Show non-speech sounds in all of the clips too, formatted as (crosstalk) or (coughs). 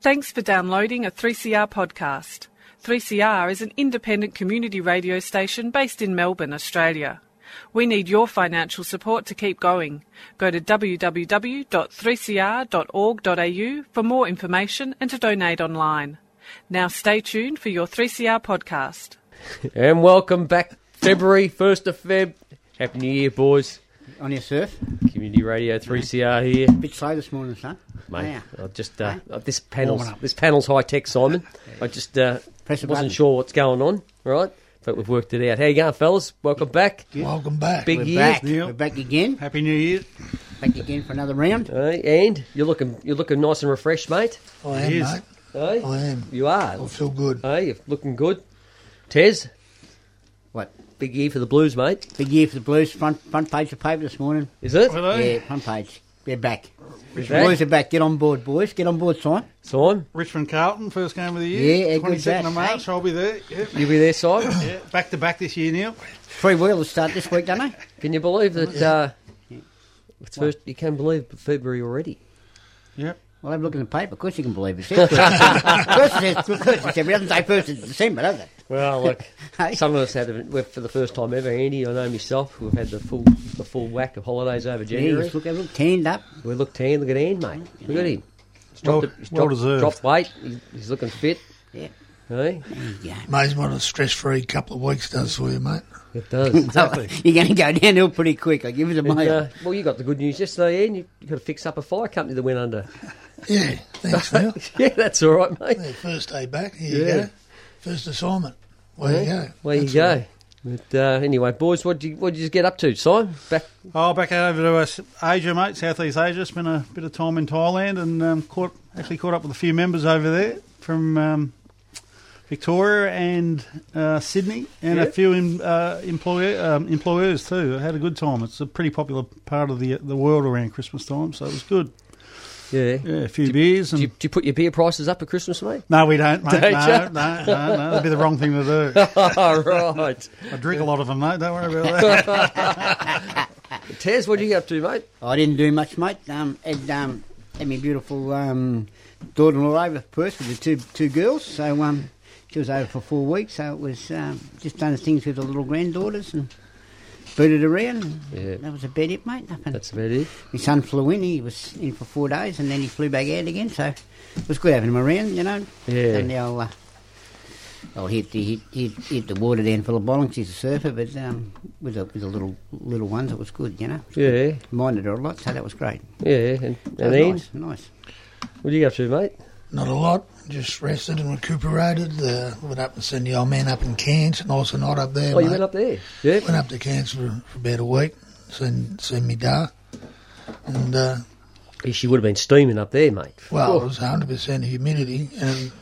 Thanks for downloading a 3CR podcast. 3CR is an independent community radio station based in Melbourne, Australia. We need your financial support to keep going. Go to www.3cr.org.au for more information and to donate online. Now stay tuned for your 3CR podcast. And welcome back, February 1st of Feb. Happy New Year, boys. On your surf? Community Radio 3CR here. Bit slow this morning, son. Mate, Yeah. I just, uh, Hey. this panel's Warming up. this panel's high tech, Simon. I just uh, Press the wasn't button. sure what's going on, right? But we've worked it out. How you going, fellas? Welcome back. Welcome back. Big We're year. back. Neil. We're back again. Happy New Year. Back again for another round. Hey, and you're looking you're looking nice and refreshed, mate. I am, Yes. mate. Hey? I am. You are. Oh. I feel good. Hey, you're looking good. Tez, What? big year for the Blues, mate. Big year for the Blues. Front front page of paper this morning. Is it? Hello. Yeah, front page. They're back. Is The Boys are back. Get on board, boys. Get on board, Simon. Simon, Richmond Carlton, first game of the year. Yeah, a good 22nd of batch, March, eh? I'll be there. Yeah, you be there, Simon? yeah. Back to back this year, Neil. Three wheelers start this week, don't they? Can you believe that? Uh, it's first, you can't believe February already. Yep. Well, have a look in the paper. Of course you can (laughs) believe it. It says first of December. Of course it says- of course it says- it doesn't say first of December, does it? Well, (laughs) look, Hey? some of us had a- we've- for the first time ever. Andy, I know myself, we've had the full the full whack of holidays over Yeah, January. just look, have a look. Tanned up. we look tan. Look at Ian, mate. Look at him. He's Well- dropped, a- he's well dropped, deserved. dropped weight. He's, he's looking fit. Yeah. Hey, Yeah. Amazing what a stress free couple of weeks does for you, mate. it does exactly. (laughs) You're going to go downhill pretty quick. I give it a (laughs) And, mile. uh, well, you got the good news yesterday, Ian. You, you got to fix up a fire company that went (laughs) under. Yeah, thanks, Neil. yeah, that's all right, mate. yeah, first day back. Here Yeah. you go. First assignment. Where you go? Where you That's go. But uh, anyway, boys, what did you what did you get up to? Simon, back Oh, back over to us, Asia, mate, Southeast Asia. Spent a bit of time in Thailand and um, caught actually caught up with a few members over there from um, Victoria and uh, Sydney, and Yeah. a few em uh, employer um, employers too. I had a good time. It's a pretty popular part of the the world around Christmas time, so it was good. Yeah. Yeah, a few beers Do, you, and. do you put your beer prices up at Christmas, mate? (laughs) No, we don't, mate. Don't no, you? no, no, no. That'd be the wrong (laughs) thing to do. All Ah, right. I drink a lot of them, mate. Don't worry about that. Tez, what do you get up to, mate? Oh, I didn't do much, mate. Um, had um, had my beautiful um, daughter-in-law over for Perth with the two two girls. So um, she was over for four weeks. So it was um, just done things with the little granddaughters and booted around. Yeah. That was about it, mate. Nothing. That's about it. my son flew in. He was in for four days, and then he flew back out again. So it was good having him around, you know. Yeah. And now. Uh, oh, I'll hit the hit, hit, hit the water down full of bollocks. He's a surfer, but um, with the with the little little ones, it was good, you know. Yeah, Minded her a lot, so that was great. yeah. And, and Ian, nice, nice. what do you get up to, mate? Not a lot. Just rested and recuperated. Uh, went up and seen the old man up in Cairns. Nice and hot up there. Oh, you mate. went up there. Yeah. Went up to Cairns for, for about a week. Seen seen me da. And uh, She would have been steaming up there, mate. well, Oh, it was 100 percent humidity and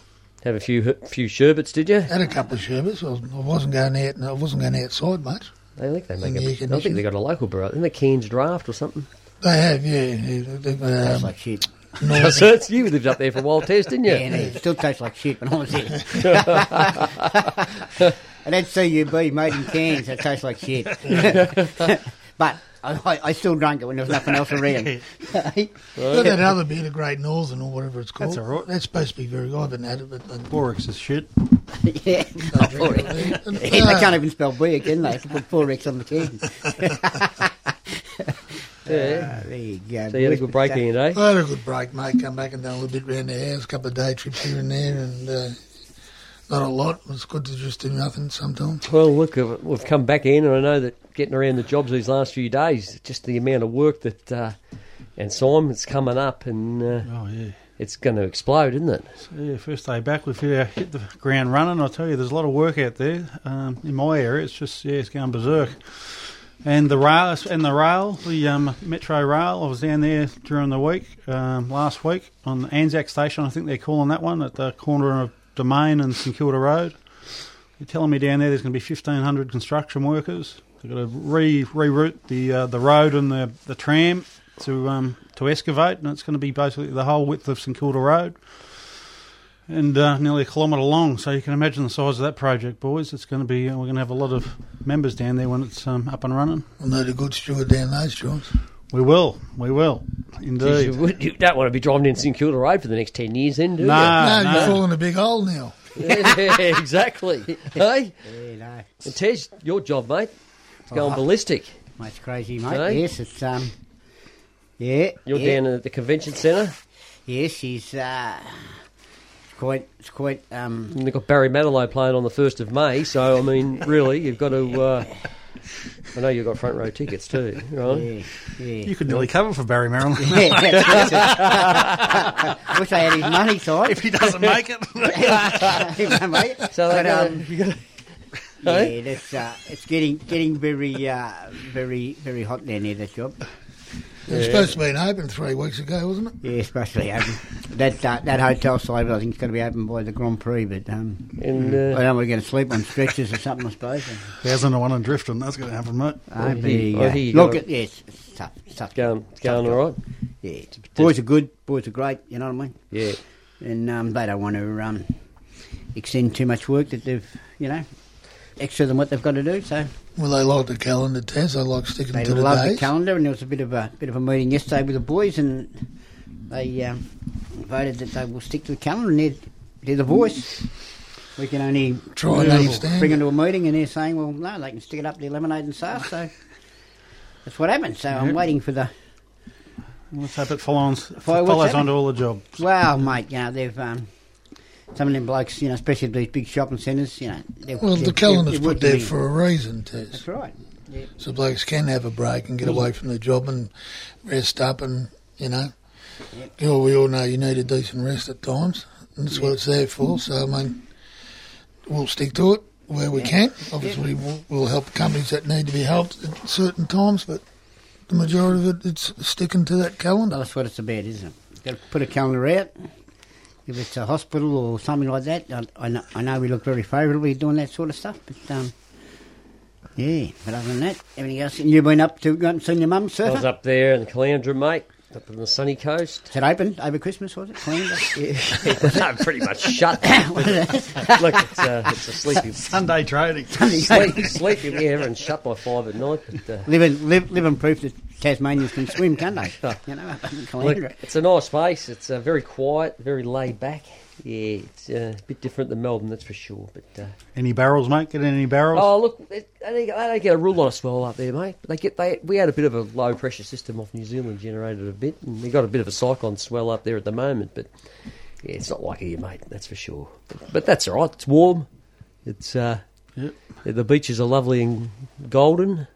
have a few few sherbets, did you? had a couple of sherbets. I, was, I wasn't going out. and I wasn't going outside much. I think they make. In the A, I air think conditioning. they got a local brew. Isn't it Cairns Draft or something? They have, yeah. yeah, they- Tastes Um, like shit. northern- That's it. You lived up there for a while, Tez, didn't you? Yeah, and it still tastes like shit when I (laughs) was there. and that's CUB made in cans. That tastes like (laughs) shit. (laughs) but I, I, I still drank it when there was nothing else (laughs) around. (laughs) Look at that other beer, the Great Northern or whatever it's called. That's all right. That's supposed to be very good. I haven't had it, but um, I- (laughs) Borix is shit. (laughs) yeah. (laughs) they uh, Uh. can't even spell beer, can they? If you put four X on the (laughs) can. Yeah. Ah, there you go. So you had a good break in, eh? I had a good break, mate. Come back and done a little bit round the house, a couple of day trips here and there, and uh, not a lot. It's good to just do nothing sometimes. Well, look, uh, we've come back in, and I know that getting around the jobs these last few days, just the amount of work that, uh, and Simon's coming up, and uh, Oh, yeah. it's going to explode, isn't it? Yeah, first day back, we've uh, hit the ground running. I tell you, there's a lot of work out there um, in my area. It's just yeah, it's going berserk. And the rail, and the rail, the um, metro rail. I was down there during the week um, last week on the Anzac Station. I think they're calling that one at the corner of Domain and St Kilda Road. They're telling me down there there's going to be 1,500 construction workers. They've got to re reroute the uh, the road and the, the tram to um, to excavate, and it's going to be basically the whole width of St Kilda Road and uh, nearly a kilometre long. So you can imagine the size of that project, boys. It's going to be uh, we're going to have a lot of members down there when it's um, up and running. I know the good steward down those joints. We will. We will. Geez, you, Indeed. would- you don't want to be driving in St Kilda Road for the next 10 years, then, do No, Ah, No, you're no. falling a big hole now. you? (laughs) yeah, exactly. hey? Yeah, no, And Tej, your job, mate. It's Uh-huh. going ballistic. that's crazy, mate. Hey? Yes, it's um, yeah. You're yeah. down at the convention centre, Yes, he's uh, it's quite, it's quite um, and they've got Barry Manilow playing on the 1st of May, so, I mean, really, you've got to. Uh, I know you've got front row tickets too, right? yeah, yeah. You could nearly cover for Barry Maryland (laughs) (laughs) yeah that's, that's it. (laughs) Wish I had his (laughs) money (laughs) side. if he doesn't make it. (laughs) mate. So they But, gotta- um, you gotta- yeah, Hey? it's uh, it's getting getting very uh, very very hot down there. That job, It was supposed to be an open three weeks ago, wasn't it? yeah, especially um, that uh, that hotel side. I think it's going to be open by the Grand Prix, but um, And I uh, don't know we're going to sleep on stretchers or something. I suppose. Thousand to one and drifting. That's going to happen, mate. Uh, but, he- uh, or he look, got- it, yes, it's tough. It's tough. it's going, it's going all right. Yeah, it's- boys are good. Boys are great. You know what I mean? Yeah. And um, they don't want to um, extend too much work that they've, you know, extra than what they've got to do. So Well, they like the calendar test. They like sticking they to the love days. the calendar. And there was a bit of a bit of a meeting yesterday with the boys, and they um, voted that they will stick to the calendar. And they're, they're the voice. We can only Try we and can only understand bring it. them to a meeting, and they're saying, "Well, no, they can stick it up their lemonade and sauce." So (laughs) that's what happened. So I'm waiting for the Let's hope it follows, Follow what's follows happening. on to all the jobs. Well, mate, you know, they've um, some of them blokes, you know, especially these big shopping centres, you know. They've, Well, the they've- calendar's they've put worked there in- for a reason, Tess. That's right. Yeah. So blokes can have a break and get away from their job and rest up and, you know. You know, we all know you need a decent rest at times. And that's what it's there for. So, I mean, we'll stick to it where we can. Obviously, we'll, we'll help companies that need to be helped at certain times, but the majority of it, it's sticking to that Well, calendar. that's what it's about, isn't it? You've got to put a calendar out. If it's a hospital or something like that, I, I, know, I know we look very favourably doing that sort of stuff, but um, yeah. But other than that, everything else. And you've been up to, gone and seen your mum, I sir? was up there in the Calandra, mate, up on the sunny coast. Is it open over Christmas, was it? Cleaned up? (laughs) I'm pretty much shut. (laughs) Look, it's, uh, it's a sleepy, Sunday trading. sleepy, sleepy. Yeah, everyone's shut by five at night. But, uh, living, live, living proof that Tasmanians can swim, can't they? You know, up in Look, Caloundra. it's a nice place. It's uh, very quiet, very laid back. Yeah, it's uh, a bit different than Melbourne, that's for sure. But uh, Any barrels, mate? Get any barrels? oh, look, it, they, they don't get a real lot of swell up there, mate. They get they we had a bit of a low pressure system off New Zealand generated a bit, and we got a bit of a cyclone swell up there at the moment. But yeah, it's not like here, mate. That's for sure. But, but that's all right. It's warm. It's uh, Yep. yeah, the beaches are lovely and golden.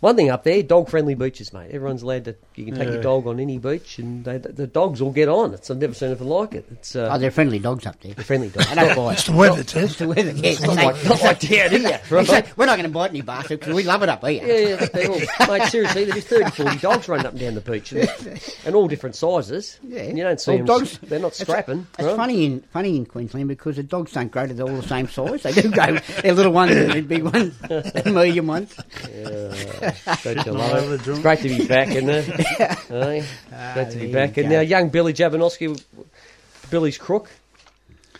One thing up there, dog friendly beaches, mate. Everyone's allowed to. You can take Yeah. your dog on any beach, and they, the dogs all get on. It's I've never seen anything like it. It's Oh, uh, they're friendly dogs up there. a friendly (laughs) dog. I don't bite. It's the weather, Tess. The weather, yeah, it's Not like- like- Not like down here, (laughs) it's right? like, we're not going to bite any bastards because we love it up here. Yeah, yeah, they all, mate, seriously, there'd be 30, 40 dogs running up and down the beach, and, and all different sizes. Yeah. And you don't see Well, them. dogs- they're not scrapping. It's right? funny in funny in Queensland because the dogs don't grow to the, all the same size. They do grow. They're little ones, and they're big ones, and medium ones. Don't you Not love it? over the joint. It's great to be back, isn't (laughs) it? Aye. Great to there be you back. And go. now, young Billy Jabanoski, Billy's crook.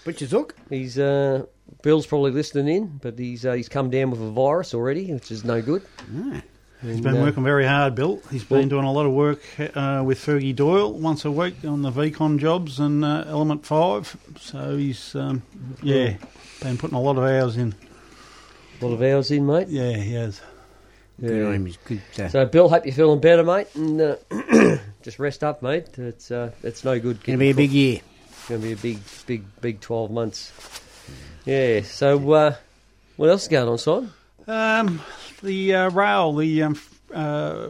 Butcher's hook. He's uh, Bill's probably listening in, but he's uh, he's come down with a virus already, which is no good. uh, He's been working very hard, Bill. He's been doing a lot of work uh, with Fergie Doyle once a week on the VCon jobs and uh, Element 5. So he's, um, yeah, been putting a lot of hours in. A lot of hours in, mate. Yeah, he has. Good Yeah. on him, he's good. Uh, So, Bill, hope you're feeling better, mate, and uh, (clears throat) just rest up, mate. It's uh, it's no good. going to be a big year. It's going to be a big, big, big twelve months. Yeah. So, uh, what else is going on, Simon? Um, the uh, rail, the um, f- uh,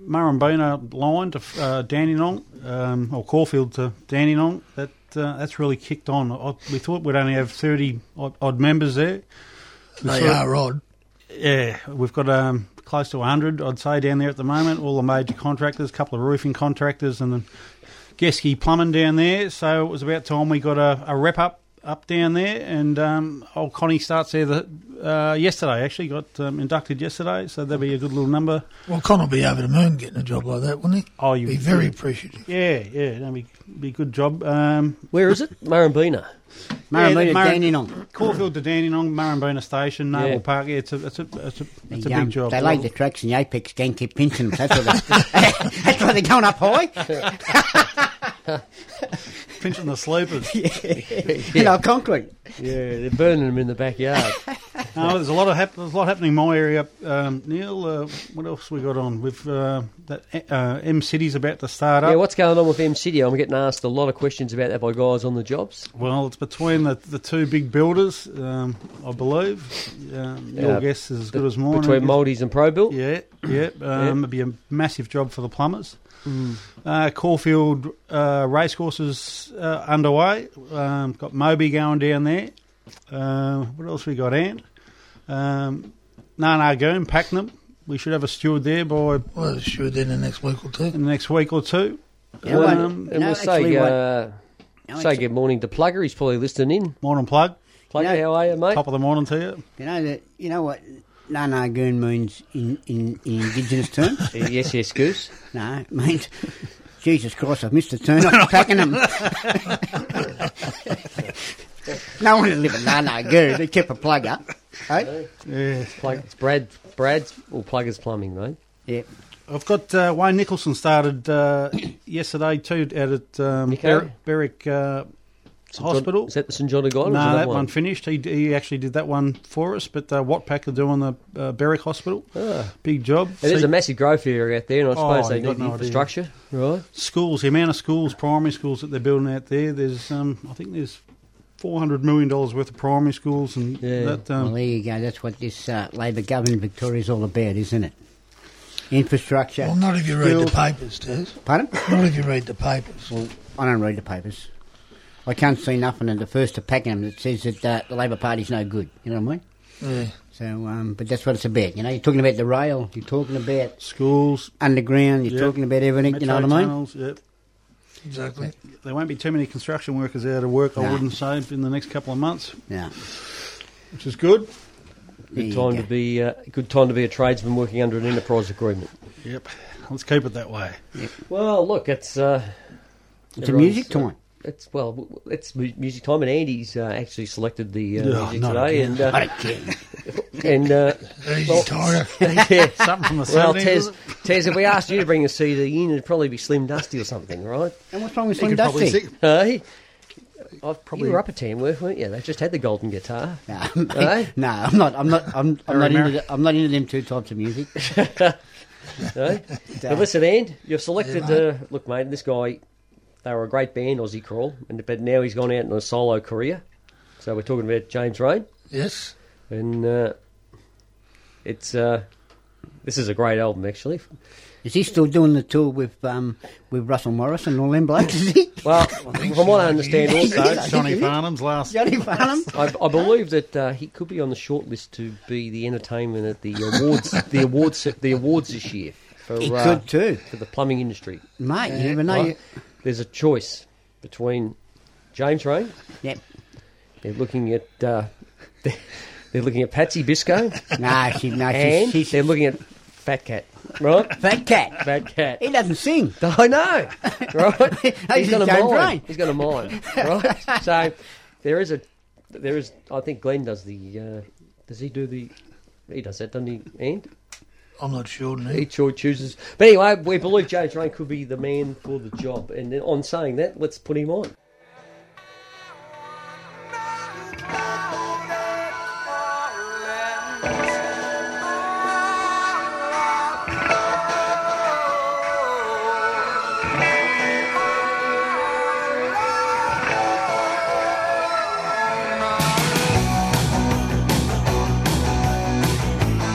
Murrumbina line to uh, Dandenong, um, or Caulfield to Dandenong, that uh, that's really kicked on. I, we thought we'd only have 30 odd, odd members there. We They sort of- are odd. Yeah, we've got um, close to 100, I'd say, down there at the moment. All the major contractors, a couple of roofing contractors, and then Geske Plumbing down there. So it was about time we got a, a wrap up up down there, and um, old Connie starts there the, uh, yesterday. Actually, got um, inducted yesterday, so that'll be a good little number. Well, Con will be over the moon getting a job like that, wouldn't he? Oh, you Be very appreciative. yeah, yeah, that'll be be good job. Um, Where is it? Murrumbina. Marambina, Yeah, yeah, Mar- Dandenong. Caulfield to Dandenong, Murrumbina Station, Noble Yeah. Park. Yeah, it's a it's a it's a, it's a They, um, big job. They laid the tracks and the apex gang kept pinching them. That's, what they, (laughs) that's why they're going up high. (laughs) pinching the sleepers. And I'll conquer it. Yeah, they're burning them in the backyard. No, there's a lot of hap- there's a lot happening in my area. Up, um, Neil, uh, what else we got on? We've uh, that uh, M City's about to start (laughs) up. yeah, what's going on with M City? I'm getting asked a lot of questions about that by guys on the jobs. Well, it's between the, the two big builders, um, I believe. Um, Yeah, your guess is as good as mine. I Between guess. Maldies and ProBuilt. Yeah, yeah. Um, It'd be a massive job for the plumbers. Mm. Uh, Caulfield uh, racecourses uh, underway. Um, got Moby going down there. Uh, what else we got, Ant? Um, Narnagoon, Packnam. We should have a steward there by Well, sure, then the next week or two. in the next week or two. Yeah, Well, well, um, and no, we'll actually, say, what- uh, No, say it's- good morning to Plugger. He's probably listening in. Morning plug. Plugger, Yeah. how are you, mate? Top of the morning to you. You know that. You know what? Nanagoon means in, in, in indigenous (laughs) terms. yes, yes, Goose. no, it means Jesus Christ. I've missed the turn. I'm packing them. (laughs) no one would live in Nanagoon. They kept a plug up. eh? Right? Yeah. Plug, it's Brad, Brad's or Plugger's Plumbing, mate. Yeah. I've got uh, Wayne Nicholson started uh, (coughs) yesterday too out at um, Nico? Ber- Berwick uh, St. John- Hospital. Is that the St John of God? or no, is it that another one finished. He, he actually did that one for us, but uh, Watpack are doing the uh, Berwick Hospital. Ah. Big job. It is Uh, See, a massive growth area out there, and I suppose Oh, they you got need the no idea. infrastructure, right? schools, the amount of schools, primary schools that they're building out there. There's, um, I think there's four hundred million dollars worth of primary schools, and Yeah. that Well, um, there you go. That's what this uh, Labor government in Victoria is all about, isn't it? Infrastructure. Well, not if you read the skills- papers, Tess. Pardon? Not if you read the papers. Well, I don't read the papers. I can't see nothing in the first of Pakenham that says that uh, the Labor Party's no good. You know what I mean? Yeah. So, um, but that's what it's about. You know, you're talking about the rail, you're talking about schools, underground, you're Yeah. talking about everything. You know what metro I mean? tunnels, yep. Exactly. There won't be too many construction workers out of work, I No. wouldn't say, in the next couple of months, Yeah. which is good. There Good you time go. to be uh, good time to be a tradesman working under an enterprise agreement. Yep. Let's keep it that way. Well, look, it's uh, It's a music everyone's, time. uh, It's well, w- w- it's mu- music time, and Andy's uh, actually selected the uh, Yeah, music Oh, not today, again. and I uh, don't care. and uh, (laughs) (laughs) Easy, Well- Tiger. (laughs) yeah. Something from the Well, 70s. Tez, Tez, if we asked you to bring a CD in, it'd probably be Slim Dusty or something, right? And what's wrong with You Slim could probably Dusty? sing- Hey, I've probably- probably you were up at Tamworth, weren't you? They just had the golden guitar. No, Eh? (laughs) no, I'm not. I'm not. I'm, I'm not into. American. The, I'm not into them two types of music. (laughs) No? Now listen, and you've selected. uh, look, mate, this guy. They were a great band, Aussie Crawl, and but now he's gone out in a solo career. So we're talking about James Rain, Yes. and uh, it's uh, this is a great album actually. Is he still doing the tour with um with Russell Morris and all them blokes? Is he? (laughs) Well, from what I understand, So, also. Johnny Farnham's last. Johnny Farnham? I, I believe that uh, he could be on the short list to be the entertainment at the awards, the awards, the awards this year for He uh, could too, for the plumbing industry. mate. You never know. Right? You, There's a choice between James Rain. yep. They're looking at uh, (laughs) they're, they're looking at Patsy Bisco, Nah, (laughs) she, nah, and she's, she's they're looking at Fat Cat, right? (laughs) fat cat. Oh, Fat Cat. He doesn't sing. (laughs) I know, (laughs) right? He's got a James mind. Rain. He's got a mind, right? (laughs) so there is a there is. I think Glenn does the. Uh, does he do the? He does that, doesn't he? And I'm not sure now. he cho- chooses. But anyway, we believe James Rain could be the man for the job. And then on saying that, let's put him on.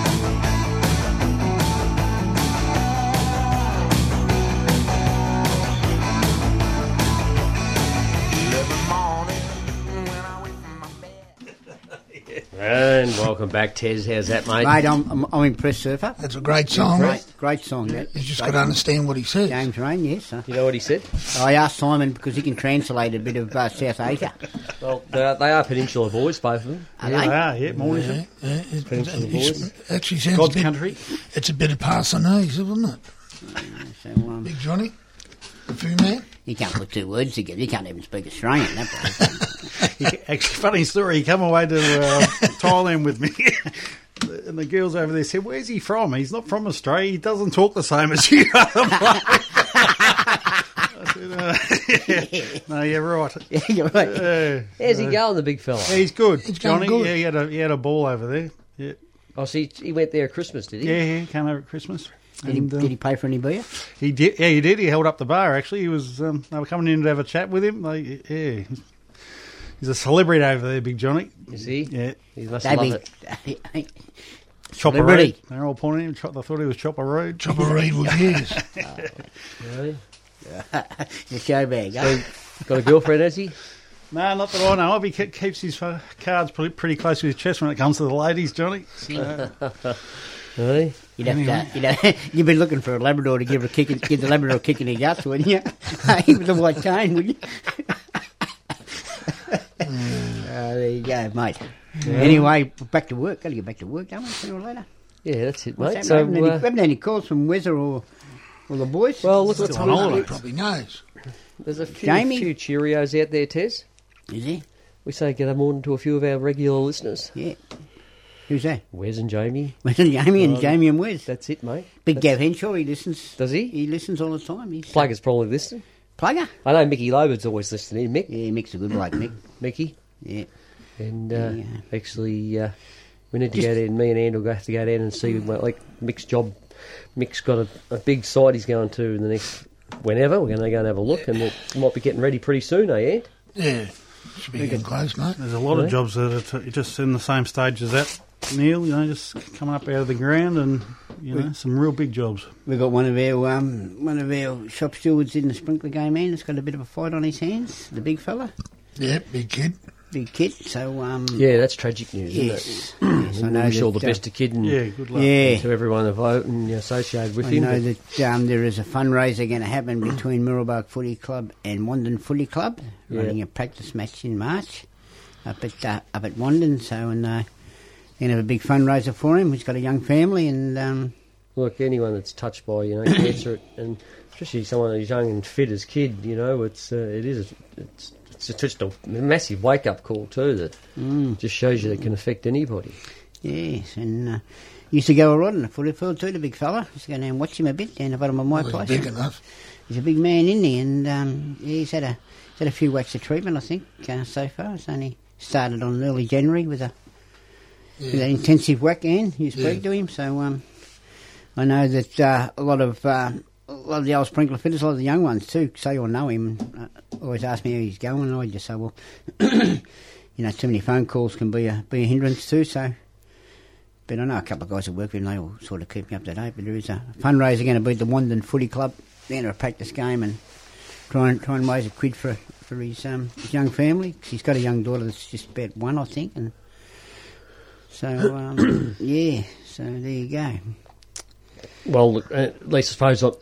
Thank And welcome back, Tez. How's that, mate? Mate, I'm, I'm, I'm impressed, surfer. That's a great song. Great, great song, that. You just Great got to understand what he says. James Rain, yes. Uh, You know what he said? I asked Simon because he can translate a bit of uh, South Asia. Well, they are, they are peninsula boys, both of them. Are They they? are, yeah, more is Yeah, it? yeah, it- Peninsula it's- Boys. actually sounds God's a bit, country. It's a bit of Parsonese, isn't it? So, um, Big Johnny, the Fu Man. you can't put two words together. You can't even speak Australian. That bloke. (laughs) He, actually, funny story. He came away to uh, Thailand with me, (laughs) and the girls over there said, "Where's he from? He's not from Australia. He doesn't talk the same as you." (laughs) are." I said, uh, yeah. uh, (laughs) No, you're right. yeah, (laughs) you're right. Uh, How's he going, the big fella? yeah, he's good, going Johnny. good. Yeah, he had a he had a ball over there. Yeah, Oh, so he, he went there at Christmas, did he? yeah, yeah. Came over at Christmas. Did he, And, uh, did he pay for any beer? He did. Yeah, he did. He held up the bar. Actually, he was. Um, they were coming in to have a chat with him. They, yeah, he's a celebrity over there, Big Johnny. Is he? Yeah, He must love Davey. it. Chopper Celebrity. Road. They're all pointing. at him. Chop- They thought he was Chopper Road. Chopper Reed was his. Really? (laughs) the show bag. eh? Got a girlfriend, has he? No, not that I know of. He ke- keeps his uh, cards pretty, pretty close to his chest when it comes to the ladies, Johnny. So, Really? You'd have (laughs) to, you know, you'd be looking for a Labrador to give a kick, in- give the Labrador a kick in the guts, wouldn't you? (laughs) With the white cane, would you? (laughs) Mm. uh, there you go, mate. Anyway, back to work. Got to get back to work, don't we? Sooner or later. Yeah, that's it, What's mate. happening? So, haven't, any, uh, haven't any calls from Wizard or or the boys? well, look, let's Still have on a He holiday. look. probably knows. There's a few, Jamie? few Cheerios out there, Tez. is he? We say good morning to a few of our regular listeners. Yeah. Who's that? (laughs) Wes and Jamie. Wes and Jamie and Jamie and Wes. That's it, mate. Big That's- Gav Henshaw. He listens. Does he? He listens all the time. He's Plug is probably listening. plugger. I know Mickey Lobert's always listening, Mick. Yeah, Mick's a good bloke, Mick. Mickey. Yeah. And uh, Yeah. actually, uh, we need to Just- go down. Me and Anne will go- have to go down and see what, like Mick's job. Mick's got a, a big site he's going to in the next whenever. We're going to go and have a look, and it might be getting ready pretty soon, eh? Ant? Yeah, should be getting close, mate. there's a lot Really? of jobs that are t- just in the same stage as that. Neil, you know, just coming up out of the ground, and you know, some real big jobs. We've got one of our um, one of our shop stewards in the sprinkler game man that's got a bit of a fight on his hands, the big fella, Yeah, big kid. big kid. So um, Yeah, that's tragic news, isn't (clears throat) yes, yes, it? I We know wish that, all the uh, best to Kid and Yeah, good luck. yeah, to everyone involved and associated with I him. know but- that um, there is a fundraiser going to happen between Mirrabah Footy Club and Wandon Footy Club, Yeah. running a practice match in March up at uh, up at Wandon. So and uh, they're going to have a big fundraiser for him. He's got a young family and. Um, look, anyone that's touched by you know (coughs) cancer and especially someone as young and fit as kid, you know, it's uh, it is it's it's just a massive wake up call too that just shows you that it can affect anybody. Yes, and uh, used to go a rod in the footy field too, the big fella. Used to go down and watch him a bit down the bottom of my Was place. big enough. He's a big man, isn't he? And um, yeah, he's had a he's had a few weeks of treatment, I think, uh, so far. It's only started on early January with a with an intensive whack in. You speak Yeah. to him, so um, I know that uh, a lot of uh, a lot of the old sprinkler fitters, a lot of the young ones too, say or know him. and, Uh, always ask me how he's going, and I just say, well, (clears throat) you know, too many phone calls can be a be a hindrance too. So, but I know a couple of guys that work with him; they all sort of keep me up to date. But there is a fundraiser going to be at the Wandon Footy Club. They're going to practice game and try and try and raise a quid for for his um his young family. he he's got a young daughter that's just about one, I think, and so um, yeah. So there you go. Well, look, uh, at least I suppose on,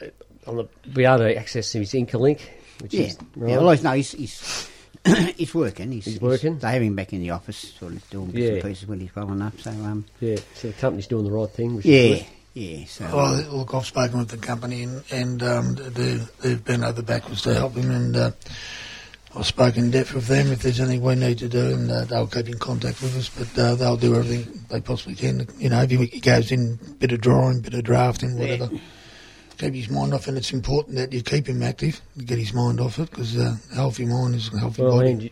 on the, we are to access his Inkalink, which Yeah, is yeah. Well, he's- no, he's he's, (coughs) he's working. He's, He's working? They have him back in the office, sort of doing bits Yeah. and pieces when he's well enough. So um, yeah. So the company's doing the right thing. Which yeah, Is yeah. So uh, Well, look, I've spoken with Oh, the company and, and um, they, they've been over backwards to help him and uh, I've spoken in depth with them if there's anything we need to do and uh, they'll keep in contact with us but uh, they'll do everything they possibly can. You know, if he goes in, bit of drawing, bit of drafting, whatever. Keep his mind off, and it's important that you keep him active. to Get his mind off it, because uh, a healthy mind is a healthy good. Well, body. and you,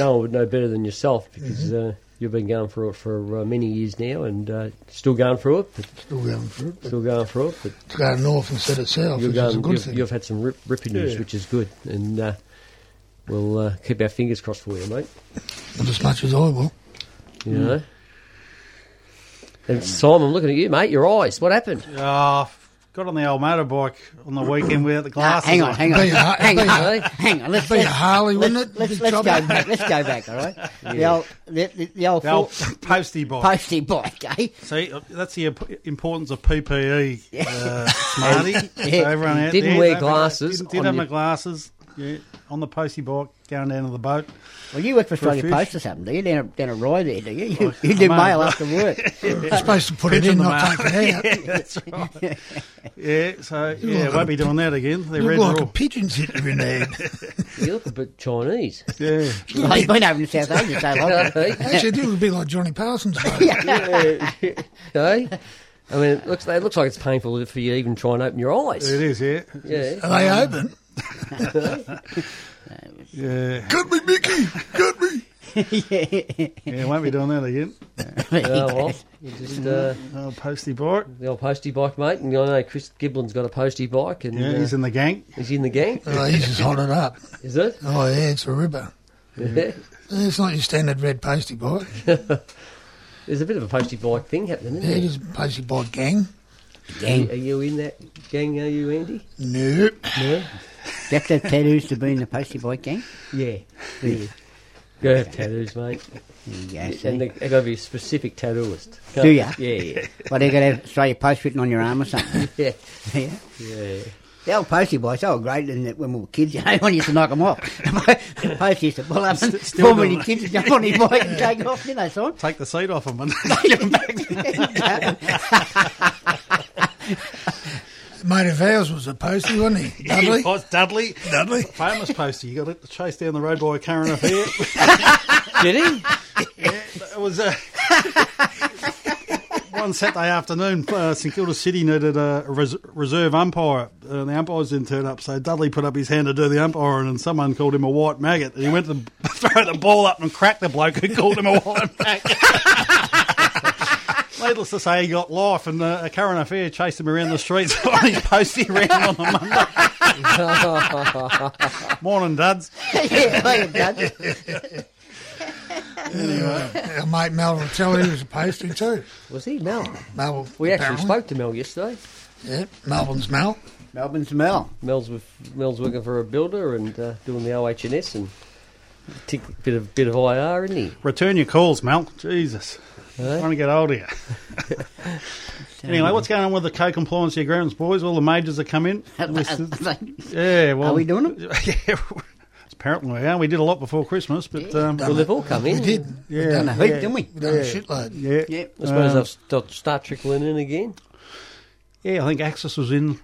no one would know better than yourself because uh, you've been going through it for uh, many years now and uh, still going through it. But Still going through it, but still going through it. But to go north instead of south, You're which is a going, good you've, thing. you've had some rip, ripping news, Yeah. which is good, and uh, we'll uh, keep our fingers crossed for you, mate. Not as much as I will. You Hmm. know. And Simon, I'm looking at you, mate. Your eyes. What happened? Ah, f- got on the old motorbike (coughs) on the weekend without the Ah, glasses. hang on, hang on, Be (laughs) a- hang be on, a- hang on, hang on. Let's Be a let's, Harley, wouldn't let's, it? let's, Big let's go trouble. back. Let's go back. (laughs) All right. The old the, the, the old, The old (laughs) four- posty bike. posty bike, eh? See, uh, that's the imp- importance of PPE, (laughs) uh, Smarty. So everyone out Didn't there, wear don't forget- glasses Didn't, didn't on have your- my glasses. Yeah, on the posty bike, going down to the boat. Well, you work for For a Australia fish. Post or something, do you? Down a, down a ride there, do you? Oh, You, Well, you do I may mail as after (laughs) work. You're supposed to put it in, Pigeon the not take it out. (laughs) yeah, (laughs) that's right. Yeah, so yeah, like won't a be doing that again. They're You red look like raw. a pigeon's in your (laughs) head. You look a bit Chinese. (laughs) Yeah. Oh, you've been over in South Asia so long. Actually, it did look a bit like Johnny Parsons. mate. Hey? I mean, it looks, it looks like it's painful for you to even try and open your eyes. It is, yeah. Yeah. (laughs) Are they open? Yeah, Cut me, Mickey! Cut me! (laughs) (laughs) yeah, won't be doing that again. Oh, well, you just uh, Oh, posty bike. the old postie bike, mate. And I know Chris Giblin's got a postie bike, and Yeah, uh, he's in the gang. he's in the gang. Oh, he's just hot it up. Is (laughs) it? Oh, yeah, it's a ripper. Yeah. It's not your standard red postie bike. (laughs) There's a bit of a postie bike thing happening, Yeah, isn't it there? is a postie bike gang. Are you in that gang? Are you, Andy? No. No. That's that Ted used to be in the posty bike gang. (laughs) Yeah. yeah. Go have tattoos, mate. Yeah, And they, they got to be a specific tattooist. Do ya? Yeah, yeah, What, you got to have Australia Post written on your arm or something? (laughs) yeah. yeah. yeah. The old postie boys, they were great in that when we were kids, (laughs) you know, when you used to knock them off. (laughs) the post used to pull up and still form when doing your kids would jump on his bike and take off, you know, so Take the seat off (laughs) him. And Mate of ours was a postie, wasn't (laughs) he? (laughs) He Dudley? was Dudley. Dudley? Famous posty. You got chased down the road by a current affair. Did he? It was uh, one Saturday afternoon. Uh, St Kilda City needed a res- reserve umpire. Uh, the umpires didn't turn up, so Dudley put up his hand to do the umpiring, and someone called him a white maggot. And he went to throw the (laughs) ball up and cracked the bloke who called him a white maggot. Needless to say, he got life, and uh, a current affair chased him around the streets (laughs) on his postie round on the Monday. Morning, duds. (laughs) yeah, well, you've done it. Our mate Mel Rotelli was a postie too. Was he Mel? Mel, We actually apparently. spoke to Mel yesterday. Yeah, Melbourne's Mel. Melbourne's Mel. Mel's with Mel's working for a builder and uh, doing the OHS and tick, bit of bit of IR, isn't he? Return your calls, Mel. Jesus. Hey? Trying to get old here. (laughs) anyway, what's going on with the co-compliance of your grounds, boys? All the majors have come in. yeah, well, Are we doing them? (laughs) yeah, apparently we are. We did a lot before Christmas, but um, Well, they've all come in. We did. yeah, We've done Done a a, heap, didn't we? we've done a shitload. yeah, Yeah. I suppose Um, they'll st- start trickling in again. yeah. I think Axis was in.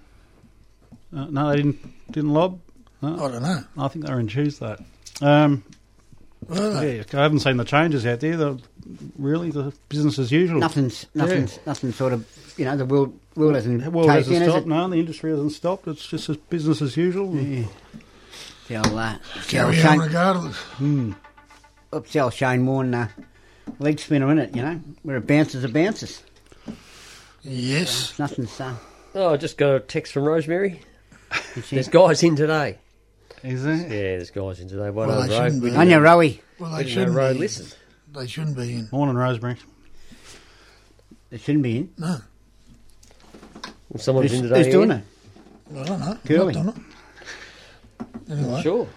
Uh, no, they didn't didn't lob. I don't know. I think they were in Tuesday. Um, Oh. Were they? yeah, I haven't seen the changes out there. The, really, the business as usual. Nothing's, nothing's, nothing sort of, you know, the world, world hasn't Well, it taken, hasn't has stopped. it? No, the industry hasn't stopped. It's just as business as usual. The old, uh, the old Carry on Shane, regardless. oops, the old Shane Warne uh, leg spinner in it, you know, where it bounces, it bounces. Yes. Nothing's, uh, Oh, I just got a text from Rosemary. you see. There's guys in today. Is it? Yeah, there's guys in today. What Well, up, they Ro? shouldn't We be. on your rowie. Well, I they didn't know shouldn't Ro be. listened. They shouldn't be in. Morning, Rosemary. It shouldn't be in. No, Well, someone's Who's, in today. who's doing Ian. it? I don't know. Curly. Not done it. Anyway, Sure.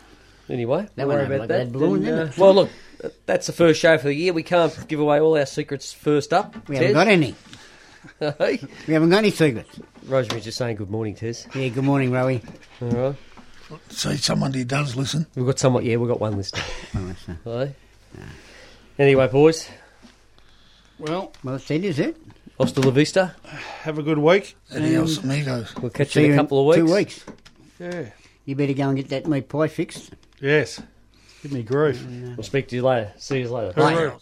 Anyway, That don't went worry over about like that. that balloon, And, didn't uh, it? well, look, uh, that's the first show for the year. We can't give away all our secrets first up. We haven't got any. (laughs) it. We haven't got any secrets. Rosemary's just saying good morning, Tez. Yeah, good morning, Rowie. All right. see somebody does listen. We've got somewhat, yeah, we've got one listener. Well, that's, uh, Hello. Anyway, boys, Well, well, that's it, is it? hasta la vista. have a good week. Eddie Els Amigos. We'll catch See you you in a couple of weeks. Two weeks. Yeah. You better go and get that meat pie fixed. Yes. Give me grief. We'll speak to you later. See you later. Bye. Hooray.